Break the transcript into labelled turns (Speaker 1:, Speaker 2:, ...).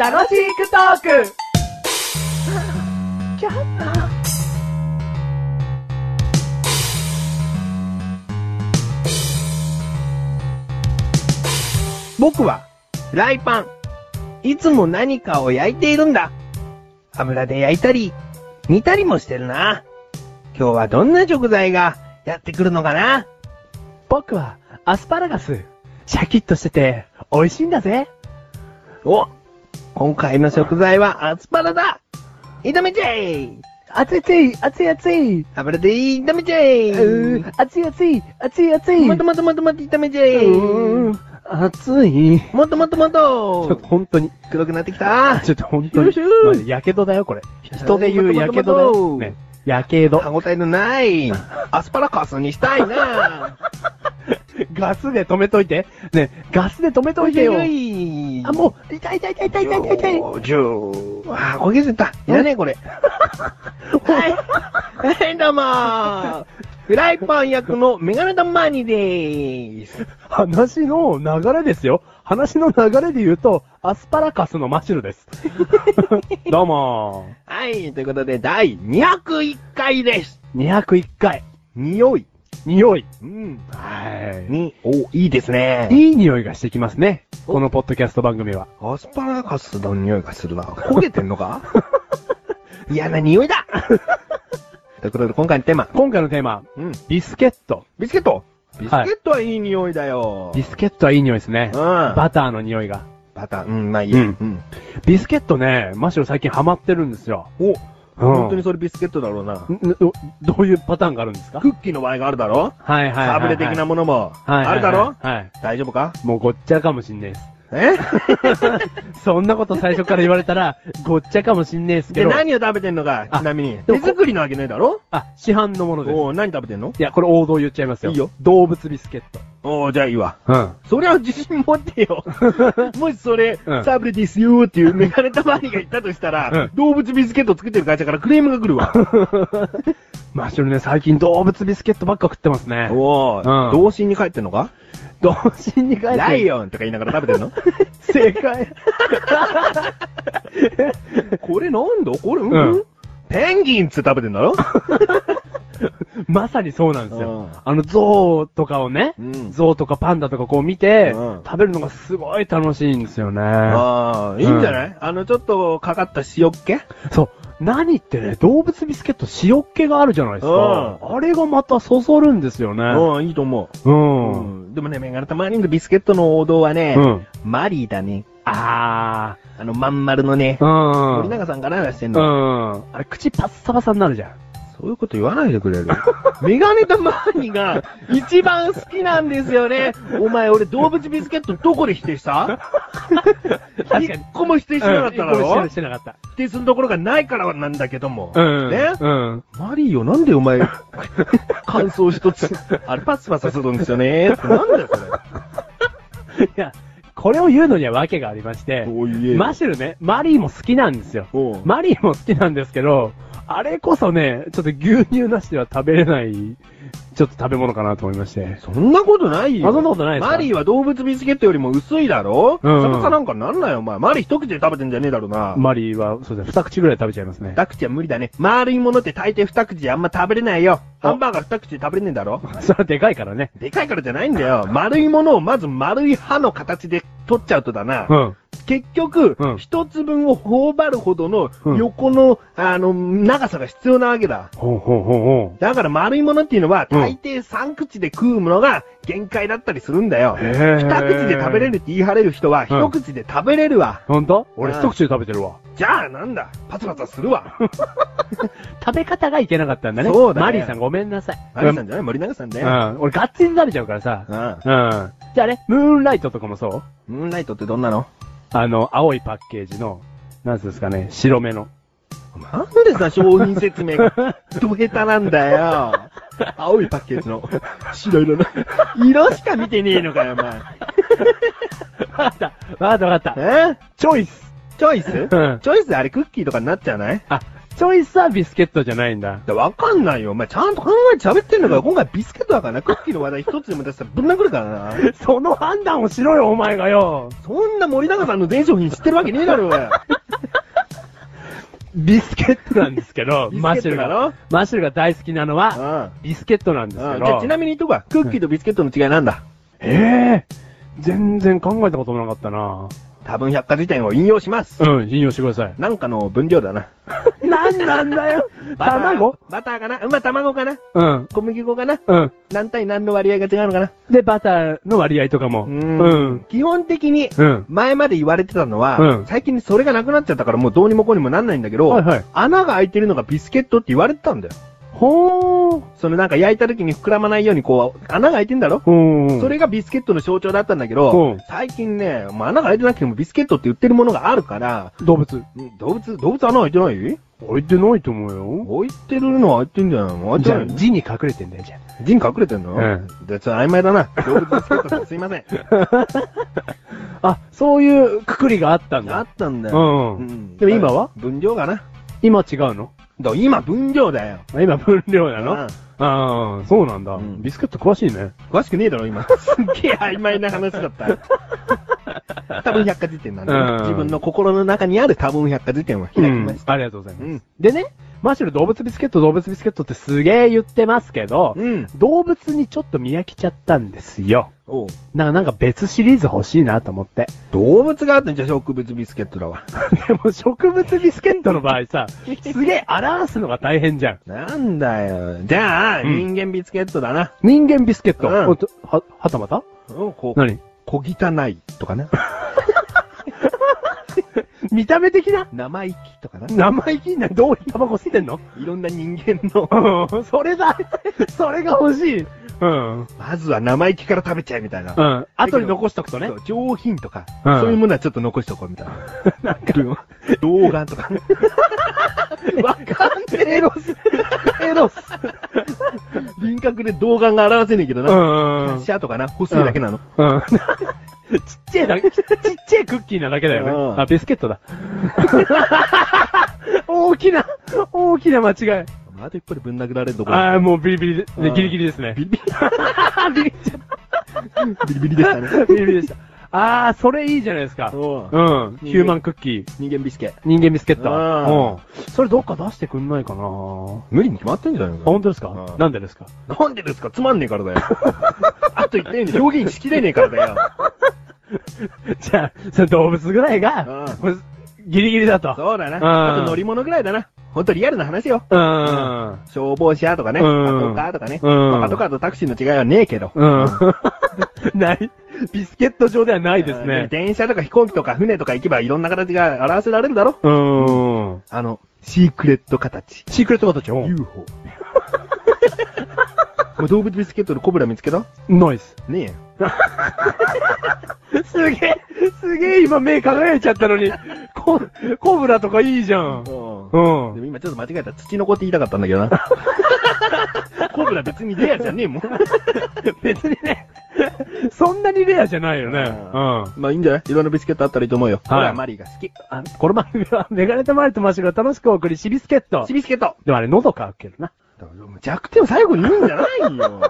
Speaker 1: 楽しくトーク
Speaker 2: 僕は、フライパン。いつも何かを焼いているんだ。油で焼いたり、煮たりもしてるな。今日はどんな食材がやってくるのかな
Speaker 1: 僕はアスパラガス。シャキッとしてて美味しいんだぜ。
Speaker 2: お、今回の食材はアスパラだ炒めちゃえ
Speaker 1: 熱い熱い熱い熱い。
Speaker 2: 油で炒めちゃえ
Speaker 1: うー熱い熱い熱い熱い。
Speaker 2: もっともっともっともっと炒めちゃえ
Speaker 1: うーん熱い。
Speaker 2: もっともっともっ
Speaker 1: ちょっ
Speaker 2: と
Speaker 1: と本当に。
Speaker 2: 黒くなってきた
Speaker 1: ちょっと本当に
Speaker 2: シューシュー。
Speaker 1: マジやけどだよ、これ。人で言うやけどだよ。ね。やけど
Speaker 2: 歯。応えのない、アスパラカスにしたい な
Speaker 1: ガスで止めといて。ね、ガスで止めといてよ。
Speaker 2: い
Speaker 1: あ、もう、痛い痛い痛い痛い痛い痛い痛い。
Speaker 2: じゅう。あー、焦げちゃった。いらねえ、これ。はい。はい、どうもーフライパン役のメガネタマーニーでーす。
Speaker 1: 話の流れですよ。話の流れで言うと、アスパラカスのマシュル です。どうも
Speaker 2: はい、ということで、第201回です。
Speaker 1: ー。201回、
Speaker 2: 匂い。
Speaker 1: 匂い。
Speaker 2: うん。
Speaker 1: は
Speaker 2: に、お、いいですね
Speaker 1: い。いい匂いがしてきますね。このポッドキャスト番組は。
Speaker 2: アスパラガスの匂いがするな。焦げてんのか 嫌な匂いだということで、今回のテーマ。
Speaker 1: 今回のテーマ、
Speaker 2: うん。
Speaker 1: ビスケット。
Speaker 2: ビスケットビスケ
Speaker 1: はい
Speaker 2: ットはいい匂いだよ。
Speaker 1: ビスケットはいい匂いですね。
Speaker 2: うん。
Speaker 1: バターの匂いが。
Speaker 2: バター。うん、まあいいや。
Speaker 1: う
Speaker 2: うんん。
Speaker 1: ビスケットね、マシュル最近ハマってるんですよ。
Speaker 2: お、
Speaker 1: うん
Speaker 2: 本当にそれビスケットだろうな。
Speaker 1: んどどういうパターンがあるんですか
Speaker 2: クッキーの場合があるだろ
Speaker 1: はいはいはいはい。
Speaker 2: サブレ的なものも。
Speaker 1: はいはいはい
Speaker 2: あるだろ
Speaker 1: はい。
Speaker 2: 大丈夫か
Speaker 1: もうごっちゃかもしんねえです。
Speaker 2: え
Speaker 1: そんなこと最初から言われ たら、ごっちゃかもしんねえですけ
Speaker 2: で、
Speaker 1: ど。
Speaker 2: 何を食べてんのか、
Speaker 1: あ
Speaker 2: ちなみに。
Speaker 1: で
Speaker 2: 手
Speaker 1: も
Speaker 2: 作りなわけないだろ
Speaker 1: あ、市販のものです。
Speaker 2: おう何食べてんの
Speaker 1: いや、これ王道言っちゃいますよ。
Speaker 2: いいよ
Speaker 1: 動物ビスケット。
Speaker 2: おうじゃあいいわ。
Speaker 1: うん。
Speaker 2: そりゃ自信持って よ。もしそれ、
Speaker 1: うん
Speaker 2: サブレですよーっていうメガネたまりが言ったとしたら、
Speaker 1: うん
Speaker 2: 動物ビスケット作ってる会社からクレームが来る わ。
Speaker 1: マッシュルね、最近動物ビスケットばっか食ってますね。
Speaker 2: お
Speaker 1: うん
Speaker 2: う童心に帰ってんのか
Speaker 1: 童心に帰って。
Speaker 2: ライオンとか言いながら食べてんの
Speaker 1: 正解。
Speaker 2: これなんだこれ、うん
Speaker 1: うん
Speaker 2: ペンギンっつって食べてんだろ
Speaker 1: まさにそうなんですよ。
Speaker 2: うん
Speaker 1: あの、象とかをね、
Speaker 2: うん
Speaker 1: 象とかパンダとかこう見て、
Speaker 2: うん
Speaker 1: 食べるのがすごい楽しいんですよね。
Speaker 2: ああ、いいんじゃない、あの、ちょっとかかった塩っ気
Speaker 1: そう。何ってね、動物ビスケット塩っ気があるじゃないですか。
Speaker 2: う
Speaker 1: あれがまたそそるんですよね。
Speaker 2: うん、いいと思
Speaker 1: う
Speaker 2: う。
Speaker 1: ん。
Speaker 2: うん。でもね、メガネタマーニングビスケットの王道はね、
Speaker 1: うん
Speaker 2: マリーだね。
Speaker 1: あ
Speaker 2: あの、まん丸のね
Speaker 1: ー。、うん。
Speaker 2: 森永さんから出してん
Speaker 1: う
Speaker 2: の、
Speaker 1: ん。あれ、口パッサパサになるじゃん。
Speaker 2: そういうこと言わないでく れるメガネタマーニが一番好きなんですよね。お前、俺動物ビスケットどこで否定した
Speaker 1: 確かに
Speaker 2: 一個も否定してなかっただ
Speaker 1: うん一個も
Speaker 2: ろ
Speaker 1: してしてなかった。
Speaker 2: 否定するところがないからなんだけども。
Speaker 1: うん。
Speaker 2: ね
Speaker 1: うん。
Speaker 2: マリーよ、なんでお 前、感想一つ、あれパスパスするんですよね。なんだよ、それ。
Speaker 1: いや、これを言うのには訳がありまして、
Speaker 2: おい
Speaker 1: マシュルね、マリーも好きなんですよ。
Speaker 2: おう
Speaker 1: マリーも好きなんですけど、あれこそね、ちょっと牛乳なしでは食べれない、ちょっと食べ物かなと思いまして。
Speaker 2: そんなことないよ。
Speaker 1: あそんなことないですか
Speaker 2: マリーは動物ビスケットよりも薄いだろ
Speaker 1: うん
Speaker 2: その差なんかなんないよ、お前。マリー一口で食べてんじゃねえだろうな。
Speaker 1: マリーは、そうですね、二口ぐらい食べちゃいますね。
Speaker 2: 二口は無理だね。丸いものって大抵二口じゃあんま食べれないよ。
Speaker 1: あ
Speaker 2: ハンバーガー二口で食べれねえだろ
Speaker 1: それはでかいからね。
Speaker 2: でかいからじゃないんだよ。丸いものをまず丸い歯の形で取っちゃうとだな。
Speaker 1: うん。
Speaker 2: 結局
Speaker 1: うん、
Speaker 2: 一、つ分を頬張るほどの
Speaker 1: うん
Speaker 2: 横の、あの、長さが必要なわけだ。
Speaker 1: ほうほうほうほ
Speaker 2: だから丸いものっていうのは、
Speaker 1: うん
Speaker 2: 大抵三口で食うものが限界だったりするんだよ。
Speaker 1: へー
Speaker 2: 二口で食べれるって言い張れる人は、
Speaker 1: うん
Speaker 2: 一口で食べれるわ。
Speaker 1: う。ほんと
Speaker 2: 俺
Speaker 1: 俺一口で食べてるわ。
Speaker 2: じゃあなんだ、パツパツするわ。
Speaker 1: 食べ方がいけなかったんだね。
Speaker 2: そうだね
Speaker 1: マリーさんごめんなさい。
Speaker 2: マリさんじゃない森永さんだ
Speaker 1: う
Speaker 2: よ。
Speaker 1: ん。俺ガッツリ食べちゃうからさ。
Speaker 2: うん。
Speaker 1: うん。じゃあね、ムーンライトとかもそう
Speaker 2: ムーンライトってどんなの
Speaker 1: あの、青いパッケージの、なんつうんですかね、白目の。
Speaker 2: なんでさ、商品説明、 ど下手なんだよ。青いパッケージの、白色の、色しか見てねえのかよ、お前。
Speaker 1: わかった。わかったわかった。
Speaker 2: え
Speaker 1: チョイス。
Speaker 2: チョイス
Speaker 1: うん。
Speaker 2: チョイスであれクッキーとかになっちゃうない
Speaker 1: あ、チョイスはビスケットじゃないんだ。
Speaker 2: いやわかんないよ。お前ちゃんと考えて喋ってんだから、今回ビスケットだからな、クッキーの話題一つでも出したらぶん殴るからな。
Speaker 1: その判断をしろよ、お前がよ。
Speaker 2: そんな森永さんの全商品知ってるわけねえだろ、お前。
Speaker 1: ビスケットなんですけど、
Speaker 2: ビスケット
Speaker 1: マッシュル
Speaker 2: だろ
Speaker 1: が、マッシュルが大好きなのは、ビスケットなんです
Speaker 2: うん。う
Speaker 1: け
Speaker 2: ん。じゃあちな
Speaker 1: ど。
Speaker 2: みに言っとくわ。クッキーとビスケットの違いなんだ
Speaker 1: ええ全然考えたこともなかったな
Speaker 2: 多分百科事典を引用します。
Speaker 1: うん、引用してください。
Speaker 2: なんかの分量だな。
Speaker 1: なんなんだよ
Speaker 2: バター
Speaker 1: 卵
Speaker 2: バターかなうんまあ、卵かな
Speaker 1: うん、
Speaker 2: 小麦粉かな
Speaker 1: うん。
Speaker 2: 何対何の割合が違うのかな
Speaker 1: で、バターの割合とかも。うん。
Speaker 2: 基本的に、
Speaker 1: うん。
Speaker 2: 前まで言われてたのは、
Speaker 1: うん
Speaker 2: 最近それがなくなっちゃったからもうどうにもこうにもなんないんだけど、
Speaker 1: はいはい
Speaker 2: 穴が開いてるのがビスケットって言われてたんだよ。
Speaker 1: ほー。
Speaker 2: そのなんか焼いた時に膨らまないようにこう、穴が開いてんだろ、
Speaker 1: うん。
Speaker 2: それがビスケットの象徴だったんだけど、
Speaker 1: うん
Speaker 2: 最近ね、まあ、穴が開いてなくてもビスケットって売ってるものがあるから、
Speaker 1: 動物。
Speaker 2: うん動物、動物穴開いてない
Speaker 1: 置いてないと思うよ。
Speaker 2: 開いてるのは開いてんじゃん。開い
Speaker 1: じ
Speaker 2: て
Speaker 1: ゃ
Speaker 2: な
Speaker 1: あ、
Speaker 2: い
Speaker 1: 字に隠れてんだよ、じゃ
Speaker 2: ジン隠れてんの
Speaker 1: うん
Speaker 2: で、ちょっと曖昧だな。動物ビスケットさんすいません。
Speaker 1: あ。あ、そう いうくくりがあったん
Speaker 2: あっ
Speaker 1: だ。
Speaker 2: たんだ
Speaker 1: う
Speaker 2: よ。
Speaker 1: ん。
Speaker 2: うん
Speaker 1: でも今は
Speaker 2: 分量かな。
Speaker 1: 今違うの
Speaker 2: だから今分量だよ。
Speaker 1: あ今分量なの
Speaker 2: うん
Speaker 1: ああ、そうなんだ、
Speaker 2: うん
Speaker 1: ビスケット詳しいね。
Speaker 2: 詳しくねえだ ろ、今。すっげえ曖昧な話だった。多分百科事典なんだよ、
Speaker 1: うん
Speaker 2: 自分の心の中にある多分百科事典は開きました。
Speaker 1: ありがとうございます。
Speaker 2: うん
Speaker 1: でね、マッシュル動物ビスケット、動物ビスケットってすげえ言ってますけど、
Speaker 2: うん。
Speaker 1: 動物にちょっと見飽きちゃったんですよ。
Speaker 2: おう
Speaker 1: ななんか別シリーズ欲しいなと思って。
Speaker 2: 動物があってじゃあ植物ビスケットだわ。
Speaker 1: でも植物ビスケットの場合 さ、すげえ表すのが大変じゃん。
Speaker 2: なんだよ。じゃあ、
Speaker 1: うん
Speaker 2: 人間ビスケットだな。
Speaker 1: 人間ビスケット。
Speaker 2: うん
Speaker 1: おっとは、はたまた
Speaker 2: うん、こう、
Speaker 1: 何
Speaker 2: 小汚いとかな。
Speaker 1: 見た目的な
Speaker 2: 生意気とかな。
Speaker 1: 生意気な、どういうタバコ吸ってんの
Speaker 2: いろんな人間の、
Speaker 1: うん、それだそれが欲しい。うん。うん。
Speaker 2: まずは生意気から食べちゃえみたいな。
Speaker 1: 後に残しとくとね
Speaker 2: そ。う上品とか、
Speaker 1: うん
Speaker 2: そういうものはちょっと残しとこうみたいな。
Speaker 1: なんか、
Speaker 2: 老眼 とか。わかんねえ。エロス。エロス。輪郭で動眼が表せねえけど
Speaker 1: う
Speaker 2: な。
Speaker 1: ん。うん。
Speaker 2: シャとかな、細いだけなの。
Speaker 1: うんちっちゃいだけ、ちっちゃいクッキーなだけだよね。
Speaker 2: うん
Speaker 1: あ、ビスケットだ。 大きな、大きな間違い。
Speaker 2: あと一歩でぶん殴られるところ。
Speaker 1: ああ、もうビリビリで、
Speaker 2: うん
Speaker 1: ギリギリですね。
Speaker 2: ビリビリ。ビリビリでしたね。
Speaker 1: ビリビリでした。ああ、それいいじゃないですか。
Speaker 2: そう
Speaker 1: うん。ヒューマンクッキー、
Speaker 2: 人間ビスケ。
Speaker 1: 人間ビスケット。
Speaker 2: うん
Speaker 1: うん。それどっか出してくんないかなあ、
Speaker 2: 無理に決まってんじゃないの
Speaker 1: 本当ですか
Speaker 2: うん
Speaker 1: なんでですか
Speaker 2: なんでですかつまんねえからだよ。あと言ったように表現しきれねえからだよ。
Speaker 1: じゃあ、その動物ぐらいが、ギリギリだと。
Speaker 2: そうだな。
Speaker 1: うん
Speaker 2: あと乗り物ぐらいだな。ほんとリアルな話よ。
Speaker 1: うん。
Speaker 2: 消防車とかね、
Speaker 1: う
Speaker 2: パ
Speaker 1: ん
Speaker 2: トカーとかね、
Speaker 1: うん
Speaker 2: まあパトカーとタクシーの違いはねえけど。
Speaker 1: うん。 ない。ビスケット上ではないです
Speaker 2: うん
Speaker 1: ね。
Speaker 2: 電車とか飛行機とか船とか行けばいろんな形が表せられるだろ
Speaker 1: うん。
Speaker 2: あの、シークレット形。
Speaker 1: シークレット 形うん
Speaker 2: UFO。もう動物ビスケットのコブラ見つけた
Speaker 1: ナイス。
Speaker 2: ね
Speaker 1: すげえ、すげえ今目輝いちゃったのに。コ、コブラとかいいじゃん
Speaker 2: え。。
Speaker 1: う
Speaker 2: うんで。も今ちょっと間違えた。土の子って言いたかったんだけどな。 コブラ別にレアじゃねえもん。
Speaker 1: 別にね、そんなにレアじゃないよね。う。
Speaker 2: うん まあいいんじゃないいろんなビスケットあったらいいと思うよ。
Speaker 1: はい
Speaker 2: 俺はマリーが好き。
Speaker 1: あこの番組は、メガネとマリとマシュルが楽しくお送り、シビスケット
Speaker 2: シ。ビスケット
Speaker 1: でもあれ、喉乾くけどな。
Speaker 2: 弱点を最後に言うんじゃないよ。